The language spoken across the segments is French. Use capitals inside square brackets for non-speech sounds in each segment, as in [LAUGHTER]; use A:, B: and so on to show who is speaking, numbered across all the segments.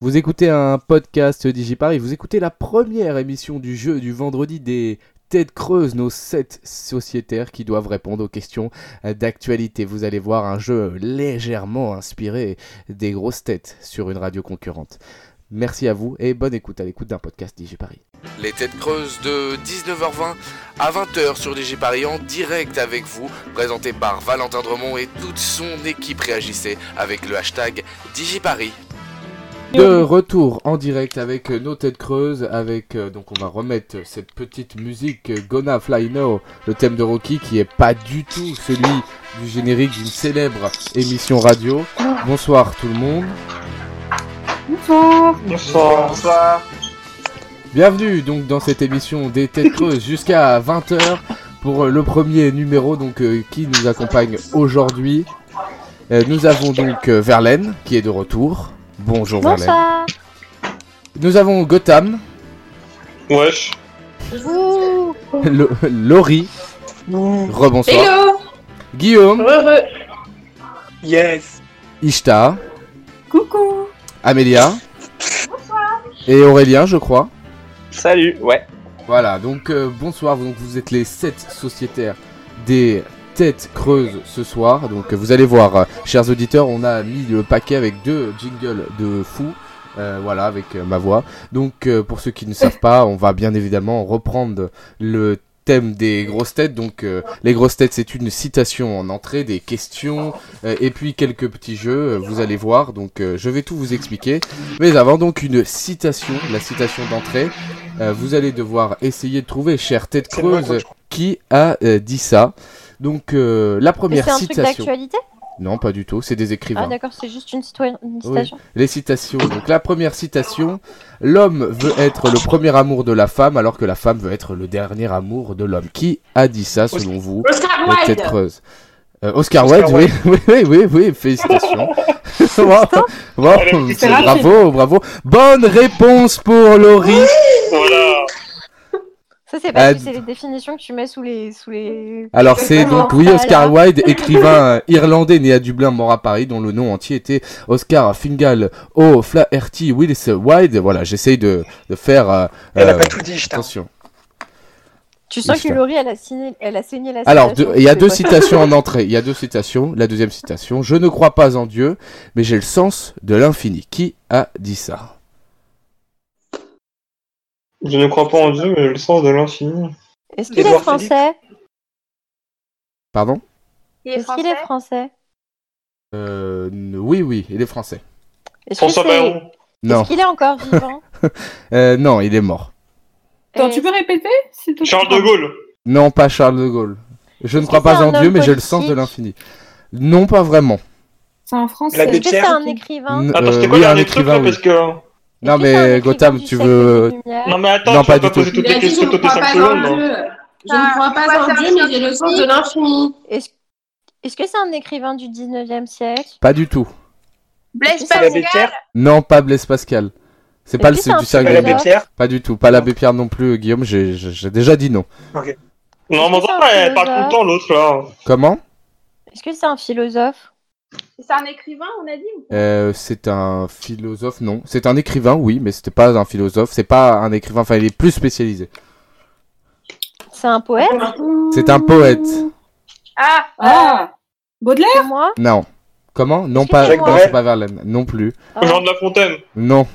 A: Vous écoutez un podcast DigiParis, vous écoutez la première émission du jeu du vendredi des têtes creuses, nos sept sociétaires qui doivent répondre aux questions d'actualité. Vous allez voir un jeu légèrement inspiré des grosses têtes sur une radio concurrente. Merci à vous et bonne écoute à l'écoute d'un podcast DigiParis.
B: Les têtes creuses de 19h20 à 20h sur DigiParis en direct avec vous, présenté par Valentin Dremont et toute son équipe. Réagissez avec le hashtag DigiParis.
A: De retour en direct avec euh, nos têtes creuses, avec euh, donc on va remettre cette petite musique euh, Gonna Fly Now, le thème de Rocky qui est pas du tout celui du générique d'une célèbre émission radio. Bonsoir tout le monde.
C: Bonsoir.
D: Bonsoir.
A: Bienvenue donc dans cette émission des têtes creuses jusqu'à 20h pour euh, le premier numéro donc euh, qui nous accompagne aujourd'hui. Euh, nous avons donc euh, Verlaine qui est de retour. Bonjour Verlaine.
C: Bonsoir.
A: Nous avons Gotham,
D: Wesh.
C: Vous.
A: Lo- Laurie, rebonsoir.
C: Hello.
A: Guillaume,
C: Heureux.
D: Yes.
A: Ishtar,
C: Coucou.
A: Amélia et Aurélien je crois.
D: Salut. Ouais.
A: Voilà, donc euh, bonsoir, donc vous êtes les 7 sociétaires des têtes creuses ce soir. Donc euh, vous allez voir, euh, chers auditeurs, on a mis le paquet avec deux jingles de fou. Euh, voilà, avec euh, ma voix. Donc euh, pour ceux qui ne savent pas, on va bien évidemment reprendre le thème des grosses têtes. Donc euh, les grosses têtes, c'est une citation en entrée, des questions, euh, et puis quelques petits jeux, euh, vous allez voir. Donc euh, je vais tout vous expliquer. Mais avant donc une citation, la citation d'entrée. Euh, vous allez devoir essayer de trouver, chère tête
D: C'est moi,
A: creuse, qui a euh, dit ça. Donc euh, la
C: Et
A: première
C: C'est un truc
A: citation.
C: d'actualité
A: non, pas du tout. C'est des écrivains.
C: Ah d'accord, c'est juste une, citoyenne, une citation.
A: Les citations. Donc la première citation, l'homme veut être le premier amour de la femme alors que la femme veut être le dernier amour de l'homme. Qui a dit ça selon vous
E: Oscar
A: les têtes
E: Wilde
A: creuses Euh, Oscar,
D: Oscar
A: Wilde, oui, [LAUGHS] oui, oui, oui, oui,
C: [LAUGHS]
A: félicitations. Wow, wow,
D: Allez,
A: c'est [LAUGHS]
E: rapide.
A: bravo, bravo. Bonne réponse pour Laurie.
D: Voilà.
C: Ça c'est parce
A: Ah,
C: que c'est les définitions que tu mets sous les sous les.
A: Alors c'est
C: Exactement.
A: donc oui Oscar
C: Voilà. [LAUGHS]
A: Wilde, écrivain euh, irlandais né à Dublin, mort à Paris, dont le nom entier était Oscar Fingal O'Flaherty Willis Wilde. Voilà, j'essaye de, de faire euh,
D: Elle a
A: euh,
D: pas tout dit, putain.
A: attention.
C: Tu sens que
A: Putain.
C: Laurie elle a signé elle a saigné la.
A: Alors
C: citation,
A: deux- il y a
C: c'est
A: deux
C: vrai.
A: citations
C: [LAUGHS]
A: en entrée. Il y a deux citations. La deuxième citation Je ne crois pas en Dieu, mais j'ai le sens de l'infini. Qui a dit ça
D: Je ne crois pas en Dieu, mais le sens de l'infini.
C: Est-ce qu'il est
D: Édouard
C: français
A: Pardon
E: Il est
C: Est-ce qu'il est
E: français
C: français
A: euh, n- Oui, oui, il est français.
C: Est-ce que
D: François
C: c'est-
D: Bayrou.
A: Non,
C: Est-ce qu'il est encore
A: [LAUGHS]
C: vivant
A: euh, non, il est mort.
E: Attends,
C: Et-
E: tu peux répéter s'il te plaît
D: Charles de Gaulle.
A: Non, pas Charles de Gaulle. Je ne
C: Est-ce
A: crois
C: que c'est
A: pas en
C: un
A: Dieu,
C: homme
A: mais j'ai le sens de
C: politique
A: l'infini. Non, pas vraiment.
E: C'est un
D: La
E: français.
C: Est-ce que c'est
D: Pierre.
C: un écrivain
A: N-
D: Attends,
A: euh,
D: c'était quoi
A: oui,
D: le
A: un
D: dernier truc
A: écrivain,
D: là
A: oui.
D: Parce que.
A: Non,
C: Hein Est-ce que c'est un
A: mais euh,
C: écrivain
A: Gotham,
C: du
A: tu
C: siècle
A: veux.
C: des Lumières
D: Non, mais attends,
A: Non,
D: tu
A: pas
D: vas
A: du
D: pas poser
A: tout.
D: toutes
E: Il
D: les
E: a dit je
D: questions
E: ne
D: toutes les 5
E: crois pas en
D: secondes.
E: Dieu. Je ne crois pas en Dieu, mais j'ai le sens de l'infini.
C: Est-ce est-ce que c'est un écrivain du 19e siècle
A: Pas du tout.
E: Blaise
C: Est-ce que c'est-
D: L'abbé Pierre.
A: Non, pas Blaise Pascal. C'est pas le
C: Est-ce que
A: site du
C: c'est un
A: cercle
C: philosophe
A: des
D: L'abbé
A: Lumières.
D: Pierre.
A: Pas du tout. Pas l'abbé Pierre non plus, euh, Guillaume. J'ai j'ai- j'ai déjà dit non.
D: Non, mais attends,
C: C'est un
D: elle parle tout le temps, l'autre là.
A: Comment
C: Est-ce que c'est un philosophe
E: C'est un écrivain, on a dit ou pas
A: Euh, C'est un philosophe, non. C'est un écrivain, oui, mais c'était pas un philosophe. C'est pas un écrivain. Enfin, il est plus spécialisé.
C: C'est un poète
D: Ah.
A: C'est un poète.
E: Ah, ah. Baudelaire
C: C'est moi
A: Non. Comment Non,
C: Est-ce
A: pas.
C: que
D: c'est
A: non,
D: moi
A: c'est pas Verlaine. Non plus.
C: Ah.
D: Jean de la Fontaine.
A: Non.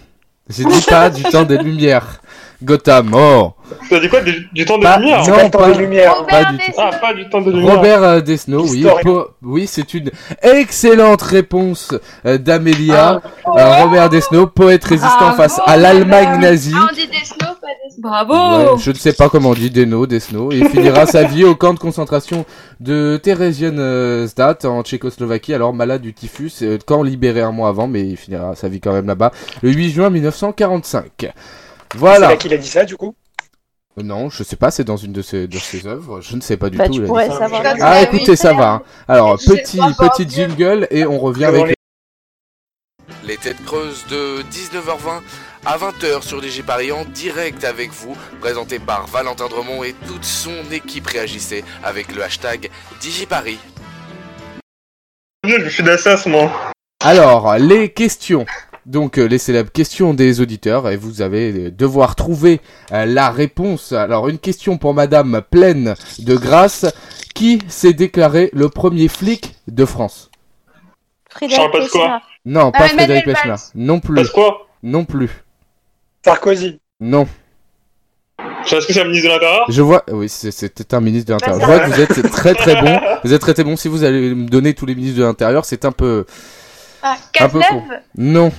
A: J'ai dit pas du temps des lumières. Gotham. Oh.
D: T'as dit quoi du, du temps de
A: Pas-
D: lumière
A: non, pas,
D: lumière.
A: Eh, pas du tout.
D: Ah, pas du temps de lumière.
A: Bah, Robert euh, Desno, oui,
D: Historien.
A: po- oui, c'est une excellente réponse euh, d'Amélia.
C: Ah.
A: Euh, Robert Desno, poète résistant
E: Bravo,
A: face à l'Allemagne
E: madame.
A: nazie.
F: Ah,
C: Ah,
E: dit des snows, pas des
A: Ouais,
E: Bravo
A: je ne sais pas comment on dit Deno, Desno. Il finira sa vie au camp de concentration de Theresienstadt en Tchécoslovaquie, alors malade du typhus, euh, camp libéré un mois avant, mais il finira sa vie quand même là-bas, le 8 juin 1945. Voilà. Euh,
D: qu'il a dit ça du coup
A: Non, je sais pas, c'est dans une de ses, de ses œuvres, je ne sais pas du
C: Bah,
A: tout.
C: tu
A: il a dit
C: pourrais
D: ça.
C: savoir.
D: Ah,
A: Ah,
E: Ouais,
A: écoutez, ça va. hein. Alors,
E: Je sais
A: petit,
E: pas, bon
A: petit
E: Dieu.
A: jingle et on revient
D: Devant
A: avec.
D: les-
B: Les têtes creuses de 19h20 à 20h sur DigiParis en direct avec vous, présenté par Valentin Dremont et toute son équipe. Réagissez avec le hashtag DigiParis.
D: Je suis d'Assas, moi.
A: Alors, les questions. donc euh, les célèbres questions des auditeurs et vous allez devoir trouver euh, la réponse. Alors une question pour Madame Pleine de Grâce. Qui s'est déclaré le premier flic de France
C: Frédéric
D: Charles Pasqua.
C: Pessoir.
A: Non, pas
F: Euh, Emmanuel
A: Frédéric Pechner.
F: Valls.
A: Non plus.
D: Parce quoi
A: Non plus.
D: Sarkozy.
A: Non.
D: Je sais, Est-ce que c'est un ministre de l'Intérieur
A: Je vois. Oui, c'est- c'était un ministre de l'Intérieur. Je vois que vous êtes très très bon. Vous êtes très très bon. Si vous allez me donner tous les ministres de l'Intérieur, c'est un peu.
F: Ah,
A: Un peu
F: Cazeneuve
A: Non.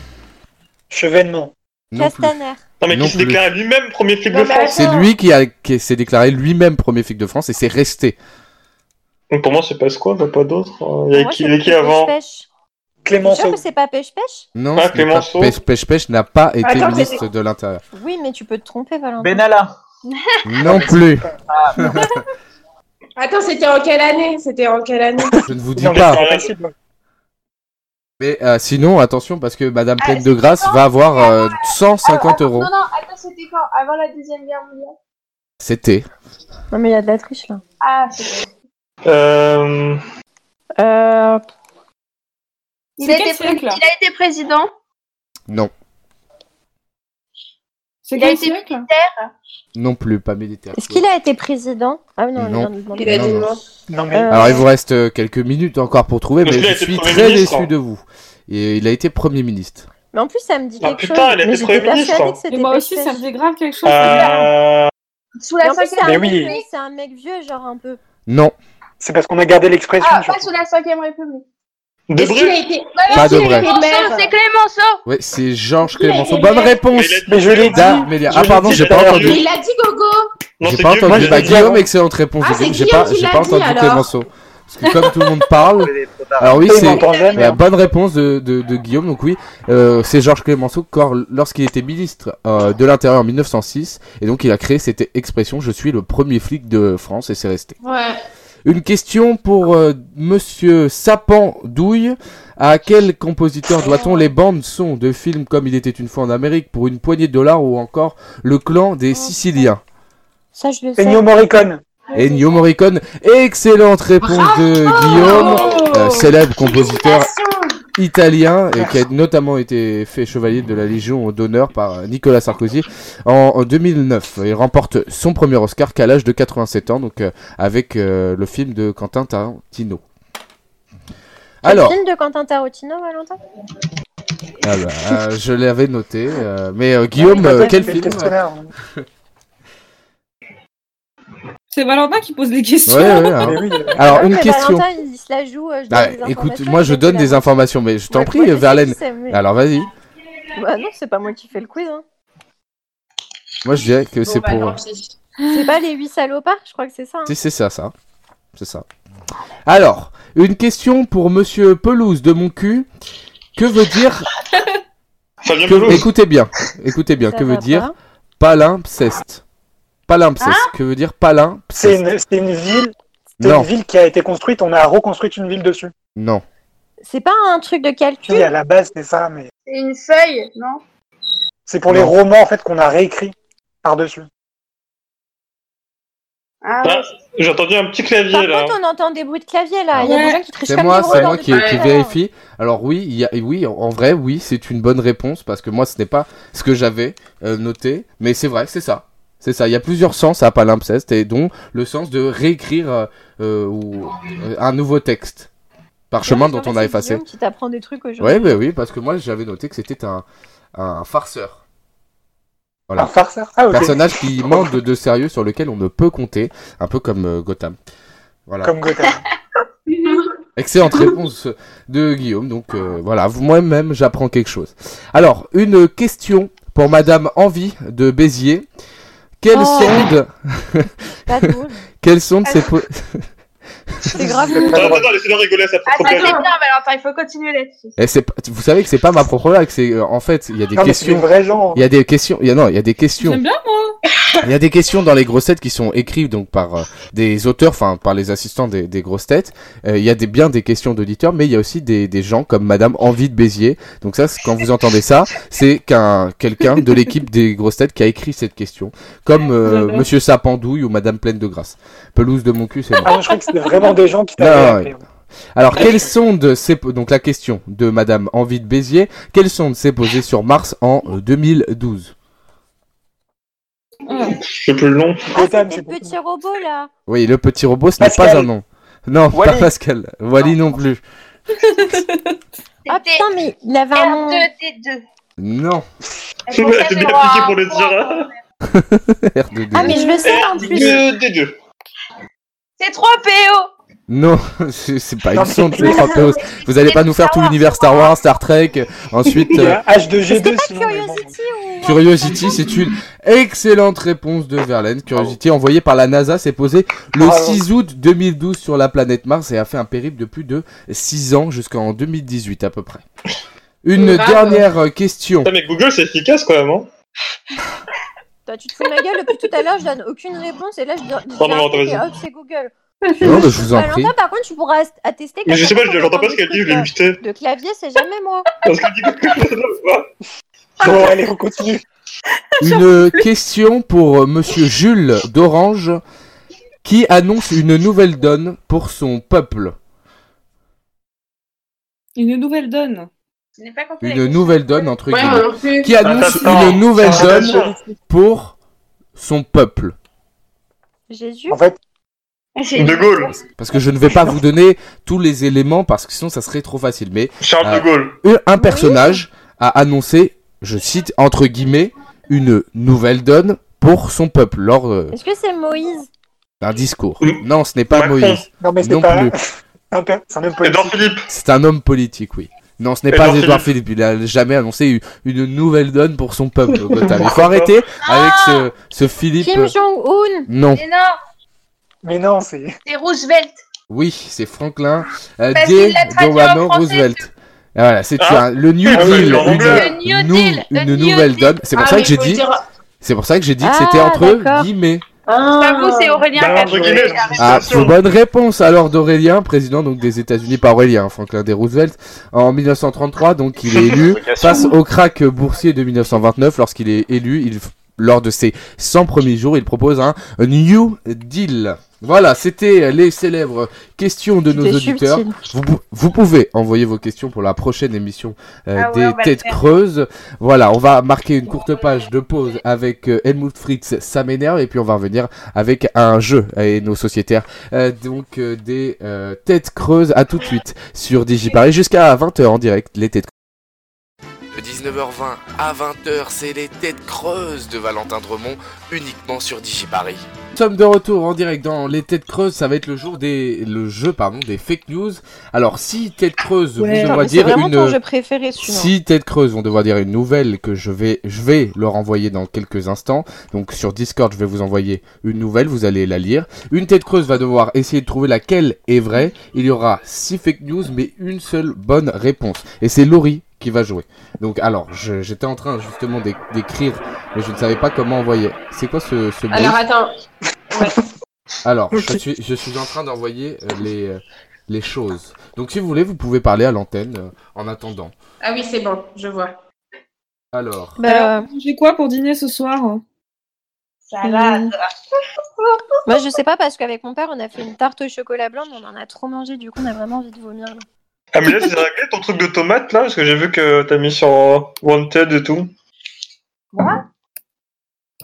G: Chevènement.
A: Non plus.
C: Castaner.
D: Non, mais
A: Non
D: qui se
A: plus.
D: déclarait lui-même premier flic de
E: Non, mais
D: France
A: C'est lui qui, a- qui s'est déclaré lui-même premier flic de France et c'est resté.
D: Donc pour moi, c'est passe quoi Pas d'autre. euh, Il y avait
C: Moi,
D: qui,
C: c'est
D: il y avait qui
C: Pêche
D: avant
C: Pêche. T'es sûr
G: Clémenceau.
C: que c'est pas pêche-pêche
A: Non,
D: Ah,
A: ce n'est pas-
D: Clémenceau.
A: Pêche Pêche Pêche n'a pas été
E: Attends,
A: ministre de l'Intérieur.
C: Oui, mais tu peux te tromper, Valentin.
G: Benalla.
A: Non plus.
E: Attends, c'était en quelle année C'était en quelle année
A: Je ne vous dis
G: Non, mais
A: pas.
G: c'est impossible.
A: Mais euh, sinon, attention parce que Madame
F: Ah,
A: Pleine de
F: c'est
A: Grâce
F: quand
A: va avoir euh,
F: Ah,
A: 150
F: attends,
A: euros.
F: Non, non, attends, c'était quand Avant la Deuxième Guerre mondiale
A: C'était.
C: Non, mais il y a de la triche là.
F: Ah, c'est
D: Euh,
C: Euh,
F: il,
E: C'est
F: a
E: quel
F: été
E: siècle,
F: pré-
E: là
F: il a été président,
A: Non.
E: C'est
F: il a été
E: siècle
F: militaire.
A: Non plus. Pas militaire.
C: Est-ce qu'il a été président Ah oui, non,
A: Non.
C: on vient de le demander.
E: Il a
A: Non,
E: dit
A: non.
E: non.
G: Non, mais.
C: Euh,
A: Alors il vous reste euh, quelques minutes encore pour trouver, mais
D: Parce qu'il
A: je
D: a été
A: suis
D: Premier
A: très
D: ministre. hein.
A: déçu de vous. Et il a été Premier ministre.
C: Mais en plus, ça me dit
D: Ah,
C: quelque
D: putain,
C: chose.
D: elle était
C: mais j'étais
D: Premier
C: persuadée
D: ministre. hein.
C: que c'était
H: Et moi aussi,
C: pêche-pêche.
H: ça me fait grave quelque chose.
D: euh,
F: Sous
C: Mais
H: la
C: en plus, c'est un,
G: Mais
C: mec,
G: oui.
C: vieux, c'est un mec vieux, genre un peu.
A: Non,
G: C'est parce qu'on a gardé l'expression.
F: Ah,
G: je
F: pas
G: crois.
F: sous la 5ème République.
D: De
E: Est-ce qu'il
D: Bruyne
E: a été
A: pas de vrai.
E: maire.
F: Clémenceau, c'est Clémenceau
A: Ouais, c'est Georges
E: Il a
A: Clémenceau.
E: été
A: Bonne
E: maire.
A: réponse
D: Mais il a été
G: Mais je l'ai dit.
A: d'Amélia. Ah
D: Je
A: pardon,
D: l'ai dit,
A: j'ai
D: il
A: pas
D: a
A: entendu.
E: Il a dit gogo
D: Non,
A: J'ai
D: c'est
A: pas
D: Guillaume.
A: entendu. Bah
D: qui l'a
G: Moi,
D: dit.
G: j'ai dit
A: Guillaume,
G: avant.
A: excellente réponse.
E: Ah,
A: du coup.
E: c'est
A: J'ai
E: Guillaume
A: pas,
E: qui
A: j'ai
E: l'a
A: pas
E: dit,
A: entendu
E: alors.
A: Clémenceau. Parce que comme tout le monde parle, alors oui,
G: Et on
A: c'est
G: m'entend jamais. hein.
A: la bonne réponse de, de, de Guillaume. Donc oui, euh, c'est Georges Clémenceau quand- lorsqu'il était ministre euh, de l'Intérieur en 1906, et donc il a créé cette expression "Je suis le premier flic de France" et c'est resté.
E: Ouais.
A: Une question pour euh, Monsieur Sapin Douille. À quel compositeur doit-on les bandes sons de films comme Il était une fois en Amérique pour une poignée de dollars ou encore Le clan des Siciliens
C: Ça, je le sais.
G: Ennio Morricone.
A: Ennio Morricone. Excellente réponse
H: Oh
A: de Guillaume, euh, célèbre compositeur italien et qui a notamment été fait chevalier de la Légion d'honneur par euh, Nicolas Sarkozy en en 2009. Il remporte son premier Oscar qu'à l'âge de 87 ans, donc euh, avec euh, le film de Quentin Tarantino.
C: Quel
A: Alors,
C: film de Quentin Tarantino, Valentin
A: ah bah, euh, je l'avais noté, euh, mais euh, Guillaume,
G: Peut-être
A: euh, quel
G: que
A: film
G: le hein. questionnaire.
H: C'est Valentin qui pose des
A: Ouais,
H: questions.
A: ouais, hein.
G: Mais oui, euh,
A: Alors,
C: Ouais,
A: une
C: mais
A: question.
C: Valentin, il se la joue. euh, je donne
A: Ah,
C: des
A: écoute,
C: informations,
A: moi
C: il
A: je
C: fait
A: donne
C: qu'il
A: des
C: a-
A: informations, mais je t'en
C: Ouais,
A: prie,
C: moi, je sais
A: Verlaine.
C: qui c'est, mais-
A: Alors vas-y,
C: Bah non, c'est pas moi qui fais le quiz. Hein.
A: moi je dirais que
E: Bon,
A: c'est
E: bah,
A: pour.
E: tant pis.
C: C'est pas les 8 salopards, je crois que c'est ça. hein.
A: Si, c'est ça, ça. C'est ça. Alors, une question pour monsieur Pelouse de mon cul. Que veut
G: [LAUGHS]
A: dire.
D: Fabien
A: que-
D: Pelouse.
A: Écoutez bien. Écoutez bien.
C: Ça
A: que veut
C: va
A: dire
C: pas.
A: palimpseste Palimpseste. que veut dire
G: Hein C'est
A: palimpseste
G: une, c'est une ville. C'est une
A: Non,
G: ville qui a été construite. On a reconstruit une ville dessus.
A: non.
C: C'est pas un truc de
G: Oui,
C: calcul
G: à la base, c'est ça, mais
F: C'est une feuille, non
G: c'est pour les
A: Non.
G: romans en fait qu'on a réécrit par-dessus.
F: Ah,
D: Ah,
F: ouais.
D: J'ai entendu un petit
C: Par
D: clavier là.
C: contre, on entend des bruits de clavier là. Il y a
H: Ouais.
C: des gens qui trichent
A: C'est
C: comme
A: moi,
C: des gros
A: c'est
C: dans
A: moi
C: des
A: qui,
C: trucs,
A: qui
C: là.
A: vérifie. Alors oui, il y a- oui, en- en vrai, oui, c'est une bonne réponse parce que moi, ce n'est pas ce que j'avais euh, noté, mais c'est vrai, c'est ça. C'est ça. Il y a plusieurs sens à palimpseste et dont le sens de réécrire euh, euh, ou, euh, un nouveau texte, parchemin
C: Ouais,
A: dont
C: mais
A: on a
C: c'est
A: effacé.
C: Guillaume qui t'apprend des trucs aujourd'hui.
A: Ouais, bah oui, parce que moi, j'avais noté que c'était un, un farceur. Voilà.
G: Un farceur. Ah ok.
A: Personnage qui manque de, de sérieux sur lequel on ne peut compter, un peu comme euh, Gotham. Voilà.
G: Comme Gotham. [LAUGHS]
A: Excellente réponse de Guillaume. Donc euh, voilà, vous- moi-même j'apprends quelque chose. Alors, une question pour Madame Envie de Béziers. Quelles
C: Oh.
A: sont de,
D: [LAUGHS]
C: Pas drôle.
A: quelles sont de ces
G: [LAUGHS]
A: po-
C: C'est grave.
D: Attends, attends, attends, laissez-le rigoler, ça fait trop
F: Attends, Ah, c'est
D: plaisir.
F: bien, Valentin, il faut continuer là-dessus.
A: Eh, c'est pas- vous savez que c'est pas ma propre blague, c'est euh, en fait, il y a des
G: Non, mais c'est des
A: questions,
G: vrais gens.
A: il y a des questions, il y a non, il y a des questions
H: J'aime bien, moi.
A: Il y a des questions dans les grossettes qui sont écrites donc par euh, des auteurs, enfin par les assistants des, des grosses têtes. Euh, il y a des, bien des questions d'auditeurs, mais il y a aussi des, des gens comme Madame Envie de Béziers. Donc ça, c'est- quand vous entendez ça, c'est qu'un quelqu'un de l'équipe des grosses têtes qui a écrit cette question, comme euh,
H: J'adore.
A: Monsieur Sapandouille ou Madame Pleine de Grâce. Pelouse de mon cul, c'est moi.
G: Ah, moi, je crois que c'était vraiment des gens qui
A: Non,
G: t'avaient appelé. Ah.
A: Alors, quelles sondes s'est po- donc la question de Madame Envie de Béziers Quelle sonde s'est posée sur Mars en euh, 2012
H: Ah.
D: Je plus le long.
C: Ah, c'était
G: Gotham, c'est
C: le
G: beaucoup.
C: petit robot là.
A: Oui, le petit robot, ce n'est
G: Pascal.
A: pas un nom. Non, pas
G: Wally.
A: Pascal. Wally non plus.
C: Ah putain, mais il avait un nom.
F: R2D2.
A: [LAUGHS] Non.
D: C'est bien appliqué pour le dire.
A: R2D2.
C: Ah, mais je le sais en plus.
D: Deux Euh, des deux.
F: C'est 3PO.
A: Non, [LAUGHS] c'est c'est pas
G: Non,
A: une
G: mais-
A: sonde,
E: Ah,
A: c'est trois POS. Vous allez pas nous faire tout l'univers Star Wars, Star Trek, euh, ensuite
G: Il y [LAUGHS]
A: euh,
G: a H2G2,
C: Pas
G: sinon. mais bon.
C: Curiosity ou.
A: Curiosity, c'est une excellente réponse de Verlaine. Curiosity envoyée par la NASA s'est posée le
G: Bravo.
A: 6 août 2012 sur la planète Mars et a fait un périple de plus de 6 ans jusqu'en 2018 à peu près. Une
H: Bravo.
A: dernière euh, question.
D: Putain, mais Google, c'est efficace quand même. Hein.
C: Toi, tu te fous de ma gueule depuis tout à l'heure, je donne aucune réponse et là je donne. je dis
D: Pardon,
C: un truc
D: Anthony.
C: et hop, c'est Google.
A: Non, mais je vous en
C: Valentin,
A: prie.
C: par contre, tu pourras att- attester que.
D: Mais je sais pas,
C: personne
D: je l'entends pas
C: n'entend
D: ce qu'elle
C: des
D: dit, je
C: trucs,
D: l'ai muté.
C: euh, De clavier, c'est jamais moi.
D: Parce qu'elle dit quelque chose.
G: Bon, allez, on continue.
A: Une question pour euh, Monsieur Jules d'Orange qui annonce une nouvelle donne pour son peuple.
H: Une nouvelle donne.
F: Je n'ai pas compris.
A: Une nouvelle donne entre
E: Ouais,
A: guillemets.
E: moi non plus.
A: Qui annonce
D: Attends, attends.
A: une nouvelle
D: Attends,
A: donne
D: attends.
A: pour son peuple.
C: Jésus.
G: En fait,
F: Ah,
D: De Gaulle.
A: Parce que je ne vais pas vous donner tous les éléments parce que sinon ça serait trop facile. Mais
D: Charles
A: Ah.
D: de Gaulle.
A: un- un personnage a annoncé, je cite entre guillemets, une nouvelle donne pour son peuple lors euh,
C: Est-ce que c'est Moïse
A: d'un discours.
D: Mm.
A: Non, ce n'est pas
D: Macron.
A: Moïse.
G: non, mais
A: Non
G: c'est pas.
A: plus.
G: Un peu- C'est un homme politique.
D: Edouard Philippe.
A: C'est un homme politique, oui. Non, ce n'est
D: Édouard
A: pas Edouard Philippe. Il a jamais annoncé une une nouvelle donne pour son peuple. Gotham. Il faut arrêter avec ce, ce Philippe.
C: Kim Jong-un
A: Non,
F: Mais non,
G: Mais non, c'est.
F: c'est Roosevelt.
A: oui, c'est Franklin euh,
F: Parce
A: D.
F: qu'il l'a traduit en
A: Delano
F: français,
A: Roosevelt. Et Voilà, c'est
D: Ah.
A: un- le New
D: Ah oui,
A: Deal,
D: en
A: une-
D: anglais.
F: Le New Deal,
A: nous-
F: le
A: une
F: New
A: nouvelle
F: Deal.
A: donne. C'est pour
E: Ah,
A: ça
E: mais
A: que j'ai
E: faut le
A: dit,
E: dire-
A: c'est pour ça que j'ai dit que
C: Ah,
A: c'était entre
C: d'accord.
A: guillemets.
E: Ah.
F: Pas vous, c'est Aurélien.
D: Bah,
F: qui a
D: entre
F: joué.
D: guillemets,
F: Arrête.
A: Ah,
D: Félicitations.
A: bonne réponse alors d'Aurélien, président donc des États-Unis par Aurélien hein, Franklin D. Roosevelt en 1933. Donc il est élu face au crack boursier de 1929. Lorsqu'il est élu, il lors de ses 100 premiers jours, il propose un New Deal. Voilà, c'était les célèbres questions de nos
C: C'était
A: auditeurs.
C: subtil.
A: Vous, pou- vous pouvez envoyer vos questions pour la prochaine émission euh,
F: Ah ouais, on
A: des
F: va le
A: Têtes
F: faire.
A: Creuses. Voilà, on va marquer une courte page de pause avec euh, Helmut Fritz, ça m'énerve, et puis on va revenir avec un jeu et nos sociétaires. euh, donc euh, des euh, Têtes Creuses, à tout de suite sur DigiParis jusqu'à 20h en direct, les Têtes
B: De 19h20 à 20h, c'est les têtes creuses de Valentin Dremont, uniquement sur DigiParis.
A: Nous sommes de retour en direct dans les têtes creuses, ça va être le jour des le jeu pardon des fake news. Alors si tête creuse, vous
C: Putain,
H: Ouais. Putain,
A: devoir
C: mais C'est
A: dire
C: vraiment
A: une
C: ton jeu préféré celui-là.
A: Si Tête Creuse vont devoir dire une nouvelle que je vais, je vais leur envoyer dans quelques instants. Donc sur Discord, je vais vous envoyer une nouvelle, vous allez la lire. Une Tête Creuse va devoir essayer de trouver laquelle est vraie. Il y aura six fake news, mais une seule bonne réponse. Et c'est Laurie qui va jouer. Donc alors, je- j'étais en train justement d'é- d'écrire, mais je ne savais pas comment envoyer. C'est quoi ce, ce bruit
E: Alors attends.
A: Alors, je, suis, je suis en train d'envoyer euh, les, euh, les choses. Donc si vous voulez, vous pouvez parler à l'antenne euh, en attendant.
E: Ah oui, c'est bon, je vois.
A: Alors...
C: Bah, euh,
H: J'ai quoi pour dîner ce soir
F: Salade.
C: moi je sais pas parce qu'avec mon père on a fait une tarte au chocolat blanc mais on en a trop mangé du coup on a vraiment envie de vomir. là.
D: Ah, mais là, c'est réglé ton truc de tomate là, parce que j'ai vu que t'as mis sur euh, Wanted et tout.
F: Quoi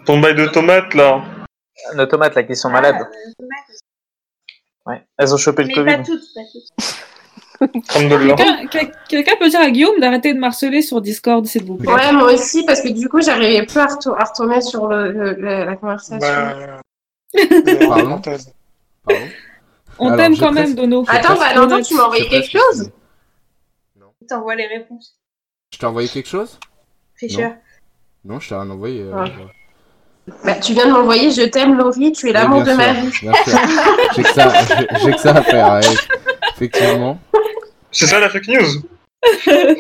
D: Ton bail de tomate là.
I: Nos tomates là qui
F: Ah,
I: sont malades, ouais. elles ont chopé le
F: Mais pas
I: Covid.
F: toutes, pas toutes.
D: Alhamdoulilah.
H: Quelqu'un quelqu'un peut dire à Guillaume d'arrêter de marceler sur Discord, s'il vous plaît.
E: Ouais, moi aussi, parce que du coup, j'arrivais plus à, retou- à retomber sur le, le- le- la conversation.
G: Bah.
A: Pardon.
G: menteuse.
E: [LAUGHS]
A: Pardon
H: On
A: Alors,
H: t'aime
A: je
H: quand
A: presse-
H: même, Dono.
A: Je
E: Attends,
A: pense-
E: Valentin, tu m'as envoyé
A: Je pense
E: quelque
A: que c'est
E: chose
A: bon. Non.
F: T'envoies les réponses.
A: Je t'ai envoyé quelque chose
F: Fischer.
A: Non, je t'ai rien envoyé. euh,
E: Ouais.
A: euh,
E: Bah, tu viens de m'envoyer Je t'aime, Laurie, tu es
A: Eh bien
E: l'amour de
A: sûr,
E: ma vie.
A: bien sûr. J'ai que, ça- [LAUGHS] j'ai- j'ai que ça à faire, ouais. effectivement.
D: C'est ça la fake news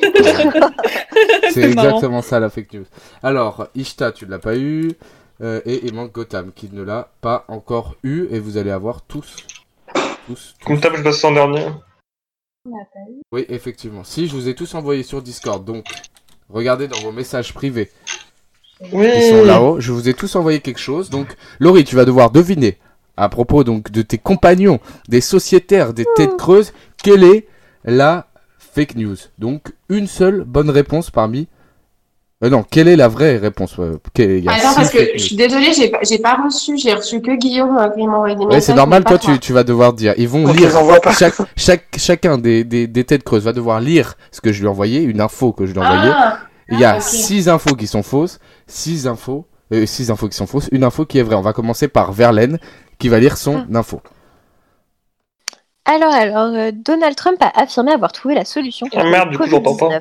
A: C'est
H: [LAUGHS] C'est marrant.
A: exactement ça la fake news. Alors, Ishta, tu ne l'as pas eu. euh, et il manque Gotham qui ne l'a pas encore eu. Et vous allez avoir tous. Tous. tous.
D: Comme table, je passe en dernier.
A: Oui, effectivement. Si, je vous ai tous envoyé sur Discord. Donc, regardez dans vos messages privés.
D: Oui
A: Ils sont là-haut. Je vous ai tous envoyé quelque chose. Donc, Laurie, tu vas devoir deviner, à propos donc de tes compagnons, des sociétaires, des têtes creuses, Quelle est la fake news Donc, une seule bonne réponse parmi. Euh, non, quelle est la vraie réponse ouais, quelle- il y a six
E: Attends, Ah parce que
A: fake
E: je suis
A: news.
E: désolée, j'ai pas, j'ai pas reçu, j'ai reçu que Guillaume euh, qui m'a envoyé des messages.
A: Ouais, c'est
E: mais
A: normal,
E: pas
A: toi tu, tu vas devoir dire. Ils vont
G: On te
A: lire.
G: les envoie pas.
A: Chaque, chaque, chacun des, des, des têtes creuses va devoir lire ce que je lui ai envoyé, une info que je lui ai envoyée.
E: Ah,
A: Il y a
E: ok.
A: six infos qui sont fausses, six infos, euh, six infos qui sont fausses, une info qui est vraie. On va commencer par Verlaine qui va lire son info.
C: Alors, alors, euh, Donald Trump a affirmé avoir trouvé la solution
D: Ah, merde, du coup, j'entends pas.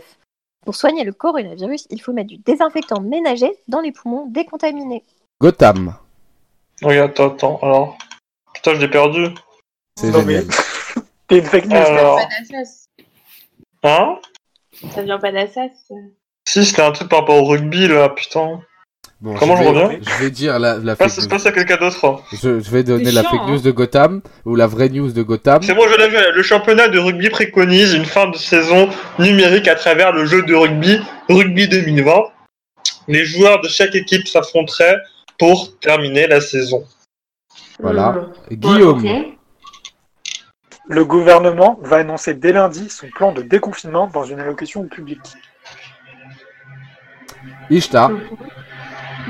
C: Pour soigner le coronavirus, il faut mettre du désinfectant ménager dans les poumons décontaminés.
A: Gotham,
D: Oui, attends, attends, alors. Putain, je l'ai perdu.
A: c'est
G: Non, mais-
A: génial.
G: [LAUGHS] T'es une fake news.
D: Alors.
F: Ça vient pas d'Alsace.
D: Hein
F: Ça vient pas d'Alsace. ça.
D: Si, c'était un truc par rapport au rugby, là, putain.
A: Bon,
D: Comment
A: je
D: Ah, je
A: vais,
D: reviens
A: je vais dire la, la
D: Passe,
A: fake news.
D: passe à quelqu'un d'autre.
A: Je, je vais donner
H: C'est
A: la
H: chiant,
A: fake
H: hein.
A: news de Gotham ou la vraie news de Gotham.
D: C'est moi, je l'ai vu. Le championnat de rugby préconise une fin de saison numérique à travers le jeu de rugby, Rugby 2020. Les joueurs de chaque équipe s'affronteraient pour terminer la saison.
A: Voilà.
E: Hmm.
A: Guillaume,
E: Ouais, ok.
G: Le gouvernement va annoncer dès lundi son plan de déconfinement dans une allocution au public.
A: Ishtar,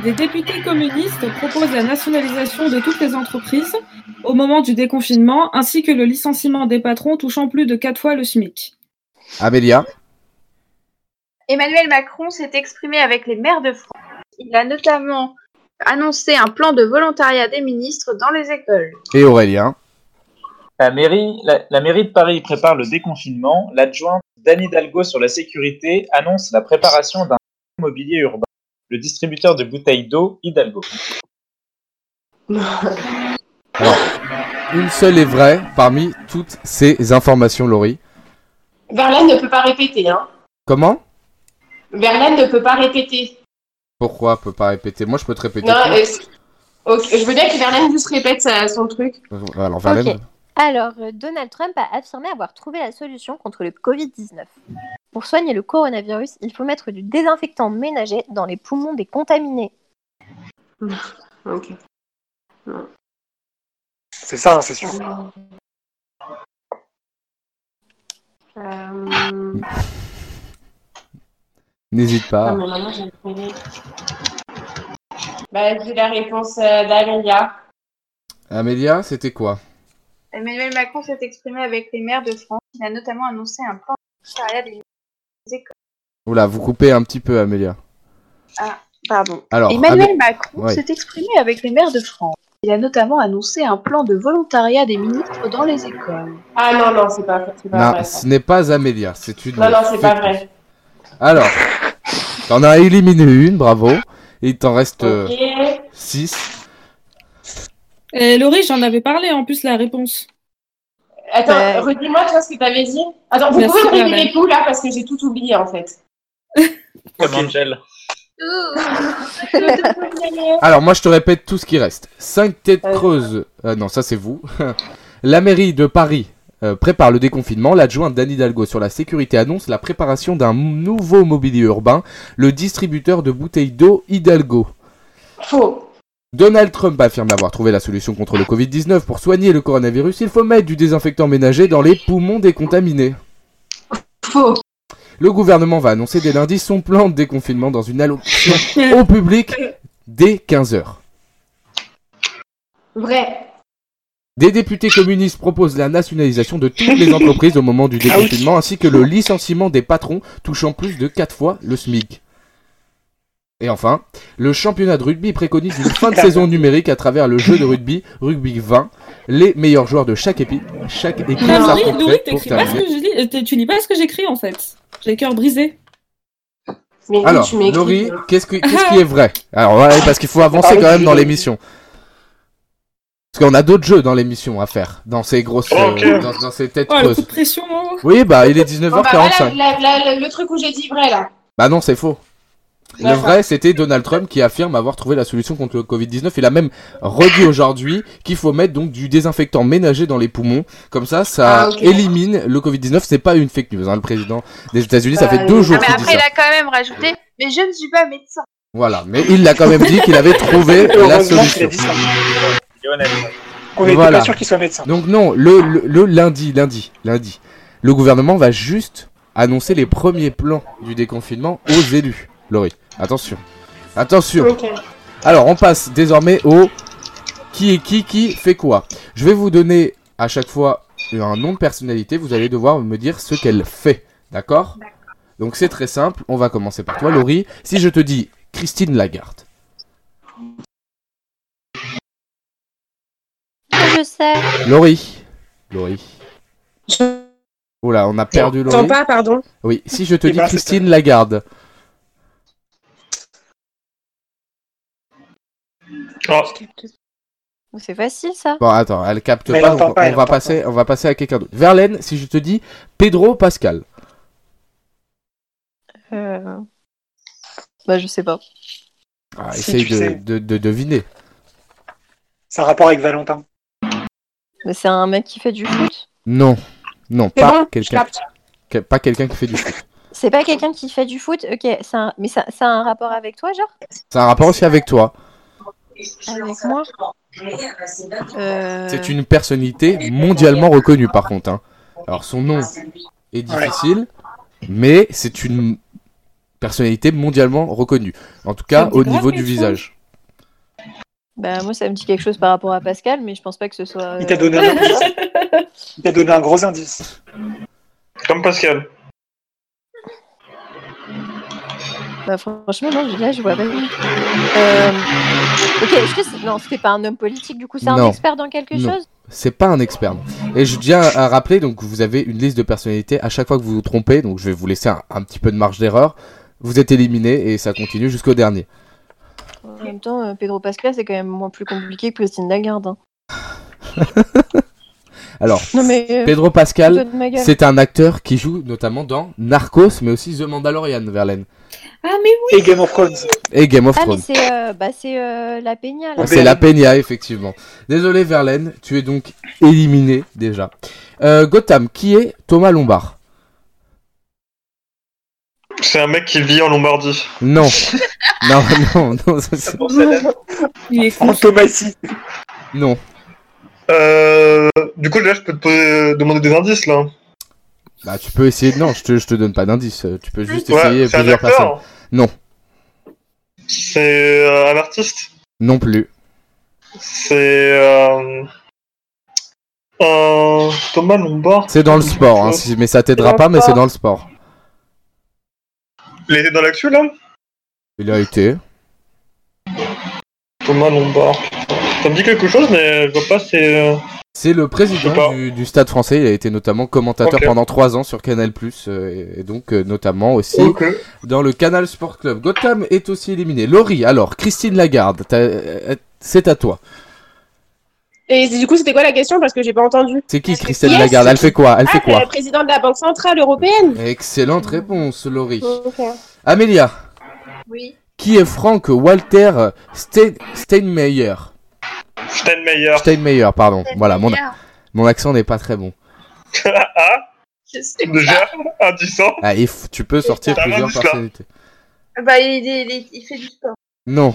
H: Des députés communistes proposent la nationalisation de toutes les entreprises au moment du déconfinement, ainsi que le licenciement des patrons touchant plus de quatre fois le SMIC.
A: Amélia,
F: Emmanuel Macron s'est exprimé avec les maires de France. Il a notamment annoncé un plan de volontariat des ministres dans les écoles.
A: et Aurélien.
I: La mairie, la, la mairie de Paris prépare le déconfinement. L'adjointe d'Anne Hidalgo sur la sécurité annonce la préparation d'un mobilier urbain. Le distributeur de bouteilles d'eau, Hidalgo.
A: Une seule est vraie parmi toutes ces informations, Laurie.
E: Verlaine ne peut pas répéter, hein.
A: Comment
E: Verlaine ne peut pas répéter.
A: Pourquoi peut pas répéter Moi, je peux te répéter.
E: Non,
A: tout.
E: euh, c'est- ok, je veux bien que Verlaine juste répète sa- son truc.
A: Alors, Verlaine.
C: Ok. Alors, euh, Donald Trump a affirmé avoir trouvé la solution contre le Covid-19. Pour soigner le coronavirus, il faut mettre du désinfectant ménager dans les poumons des contaminés.
E: Ok.
G: C'est ça, hein, c'est sûr.
A: Ah.
E: Euh...
A: N'hésite pas.
E: Non, ah, mais maintenant, j'ai trouvé. Bah, j'ai la réponse euh, d'Amelia.
A: Amélia, c'était quoi
F: Emmanuel Macron s'est exprimé avec les maires de France. Il a notamment annoncé un plan de volontariat des ministres.
A: Oula, vous coupez un petit peu, Amélia.
F: Pardon.
A: Alors,
F: Emmanuel
A: Amé-
F: Macron
A: Ouais.
F: s'est exprimé avec les maires de France. Il a notamment annoncé un plan de volontariat des ministres dans les écoles.
E: Ah non, non, c'est pas, c'est pas
A: non,
E: vrai. ça.
A: ce n'est pas Amélia, c'est une.
E: Non, non, c'est pas
A: fake news.
E: vrai.
A: Alors, t'en as éliminé une, bravo. Et il t'en reste euh,
E: Ok.
A: 6.
H: Et Laurie, j'en avais parlé en plus la réponse.
E: Attends,
C: Ouais.
E: redis-moi toi, ce que t'avais dit. Attends, vous
H: Merci,
E: pouvez me
H: Verlaine.
E: les coups là parce que j'ai tout oublié en fait.
I: Comme Angel.
A: Alors, moi, je te répète tout ce qui reste. 5 têtes
E: Ouais.
A: creuses. Ah non, ça, c'est vous. [LAUGHS] la mairie de Paris euh, prépare le déconfinement. L'adjointe d'Anne Hidalgo sur la sécurité annonce la préparation d'un nouveau mobilier urbain. Le distributeur de bouteilles d'eau Hidalgo.
E: Faux.
A: Donald Trump affirme avoir trouvé la solution contre le Covid-19. Pour soigner le coronavirus, il faut mettre du désinfectant ménager dans les poumons des contaminés.
E: Faux.
A: Le gouvernement va annoncer dès lundi son plan de déconfinement dans une allocution au public dès 15h.
E: Vrai.
A: Des députés communistes proposent la nationalisation de toutes les entreprises au moment du
E: [LAUGHS] Ah
A: déconfinement ainsi que le licenciement des patrons touchant plus de 4 fois le SMIC. Et enfin, le championnat de rugby préconise une
E: [LAUGHS]
A: fin de saison numérique à travers le jeu de rugby, rugby 20. Les meilleurs joueurs de chaque équipe, chaque équipe
H: Ah, Laurie, Laurie,
A: s'affronterait pour
H: t'écris pas ce
A: terminer.
H: que je lis, euh, t'es- tu lis pas ce que j'écris en fait. J'ai le cœur brisé.
E: Mais
A: Alors,
E: tu m'écris, Ah,
A: Laurie,
E: hein.
A: qu'est-ce que- qu'est-ce qui est vrai Alors, ouais, parce qu'il faut avancer quand même dans l'émission. Parce qu'on a d'autres jeux dans l'émission à faire, dans ces grosses,
E: Oh,
A: euh,
D: Ok.
A: dans, dans ces têtes
H: Oh, le coup
A: creuses.
H: de pression. hein.
A: Oui, bah, il est
E: Bon, bah,
A: 19h45.
E: voilà, la- la- la- le truc où j'ai dit vrai là.
A: Bah non, c'est faux. Le
E: D'accord.
A: vrai, c'était Donald Trump qui affirme avoir trouvé la solution contre le Covid-19. Il a même redit aujourd'hui qu'il faut mettre donc du désinfectant ménager dans les poumons. Comme ça, ça
E: Ah, ok.
A: élimine le Covid-19. C'est pas une fake news, hein, le président des États-Unis. Ça
E: Bah,
A: fait deux
E: oui.
A: jours
E: Ah,
A: qu'il dit ça. Euh.
F: a quand même rajouté Mais je ne suis pas médecin.
A: Voilà. Mais il l'a quand même dit qu'il avait
G: [LAUGHS]
A: trouvé la
G: Heureusement qu'il a
A: solution.
G: dit ça.
I: Lionel.
G: On n'était
A: Voilà.
G: pas sûr qu'il soit médecin.
A: Donc non, le, le, le lundi, lundi, lundi. le gouvernement va juste annoncer les premiers plans du déconfinement aux élus. Laurie, attention. Attention.
E: Ok.
A: Alors, on passe désormais au qui est qui, qui fait quoi. Je vais vous donner à chaque fois un nom de personnalité. Vous allez devoir me dire ce qu'elle fait. D'accord Donc, c'est très simple. On va commencer par toi, Laurie. Si je te dis Christine Lagarde,
C: Je sais.
A: Laurie, Laurie.
E: Je
A: Oula, on a perdu
E: t'entends
A: Laurie.
E: pas, pardon.
A: Oui, si
G: [LAUGHS]
A: je te
G: Eh
A: dis
G: ben, c'est
A: Christine Lagarde,
D: Oh,
C: C'est facile ça.
A: bon, attends, elle capte
G: Mais
A: pas,
G: elle entend
A: donc
G: pas,
A: on,
G: elle
A: va
G: entend
A: passer, on va passer à quelqu'un d'autre. Verlaine, si je te dis Pedro Pascal,
C: Euh, Bah je sais pas.
A: ah,
G: Si,
A: essaye
G: tu
A: de-
G: sais.
A: de- de deviner.
G: C'est un rapport avec Valentin.
C: Mais c'est un mec qui fait du foot.
A: Non, non,
E: C'est
A: pas
E: bon, je
A: quelqu'un,
E: capte.
A: que- pas quelqu'un qui fait du foot.
C: C'est pas quelqu'un qui fait du foot. Ok. c'est un- Mais ça, ça a un rapport avec toi, genre
A: C'est un rapport aussi avec toi.
C: Avec moi Euh,
A: C'est une personnalité mondialement reconnue, par contre. hein. Alors son nom
E: Ah.
A: est difficile, mais c'est une personnalité mondialement reconnue. En tout cas,
H: Ça me dit
A: au
H: grave
A: niveau du
H: quelque
A: visage.
C: Bah moi ça me dit quelque chose par rapport à Pascal, mais je pense pas que ce soit.
G: Il
C: euh,
G: t'a donné un indice. Il t'a donné un gros indice.
D: comme Pascal.
C: [LAUGHS] Bah, franchement, non, je- là, je vois pas. du tout. Euh, Ok, est-ce que c'est- non, c'était pas un homme politique, du coup, c'est un
A: Non.
C: expert dans quelque
A: Non.
C: chose
A: C'est pas un expert. non. Et je tiens à rappeler, donc vous avez une liste de personnalités à chaque fois que vous vous trompez, donc je vais vous laisser un, un petit peu de marge d'erreur. Vous êtes éliminé et ça continue jusqu'au dernier.
C: En même temps, euh, Pedro Pascal, c'est quand même moins plus compliqué que Christine Lagarde. hein.
A: Alors,
C: Non, mais. euh,
A: Pedro Pascal,
C: plutôt de ma gueule.
A: C'est un acteur qui joue notamment dans Narcos, mais aussi The Mandalorian, Verlaine.
H: Ah, mais oui
G: Et Game of Thrones.
A: Et Game of
C: Ah, mais
A: Thrones.
C: c'est euh, bah, c'est, euh, la Peña, là.
G: mais c'est-
A: C'est la Peña, effectivement. Désolé, Verlaine, tu es donc éliminé déjà. Euh, Gotham, qui est Thomas Lombard
D: C'est un mec qui vit en Lombardie.
C: [LAUGHS]
A: Non. non, non, non, ça, c'est-
F: [LAUGHS]
H: Il est con.
G: Fantomatie.
A: non.
D: Euh, du coup, là, je peux te poser- euh, demander des indices, là.
A: Bah, tu peux essayer. Non, je te, je te donne pas d'indice. euh, Tu peux juste essayer
D: Ouais, c'est un
A: plusieurs personnes.
D: acteur
A: Non.
D: C'est euh, un artiste
A: Non plus.
D: C'est... Euh... un Thomas Lombard
A: C'est dans le sport, hein, si- mais ça t'aidera
G: dans
A: pas,
G: le
A: mais c'est
G: sport.
A: dans le sport.
D: Il était dans l'actu, là
A: Il a été.
D: Thomas Lombard. Ça me dit quelque chose, mais je vois pas, c'est... euh,
A: C'est le
D: Je sais pas.
A: président du, du Stade français. Il a été notamment commentateur
D: Ok.
A: pendant trois ans sur Canal+, euh, et, et donc euh, notamment aussi
D: Ok.
A: dans le Canal Sport Club. Gotham est aussi éliminé. Laurie, alors Christine Lagarde, t'as- euh, c'est à toi.
E: Et du coup, c'était quoi la question Parce que j'ai pas entendu.
A: C'est qui Christine
E: Euh, Yes.
A: Lagarde Elle fait quoi Elle fait
E: Ah,
A: quoi
E: la présidente de la Banque Centrale Européenne
A: Excellente réponse, Laurie.
E: Ok.
A: Amélia,
F: Oui.
A: qui est Frank Walter Stein- Steinmeier
D: Steinmeier. [LAUGHS]
A: Steinmeier, pardon. Voilà, mon, mon accent n'est pas très bon.
F: Je sais pas.
D: Ah Déjà, indissant.
A: Ah, il faut- tu peux sortir
D: T'as un
A: plusieurs
D: indice, là.
A: personnalités.
F: Bah, il, est- il est- il fait du sport.
A: Non,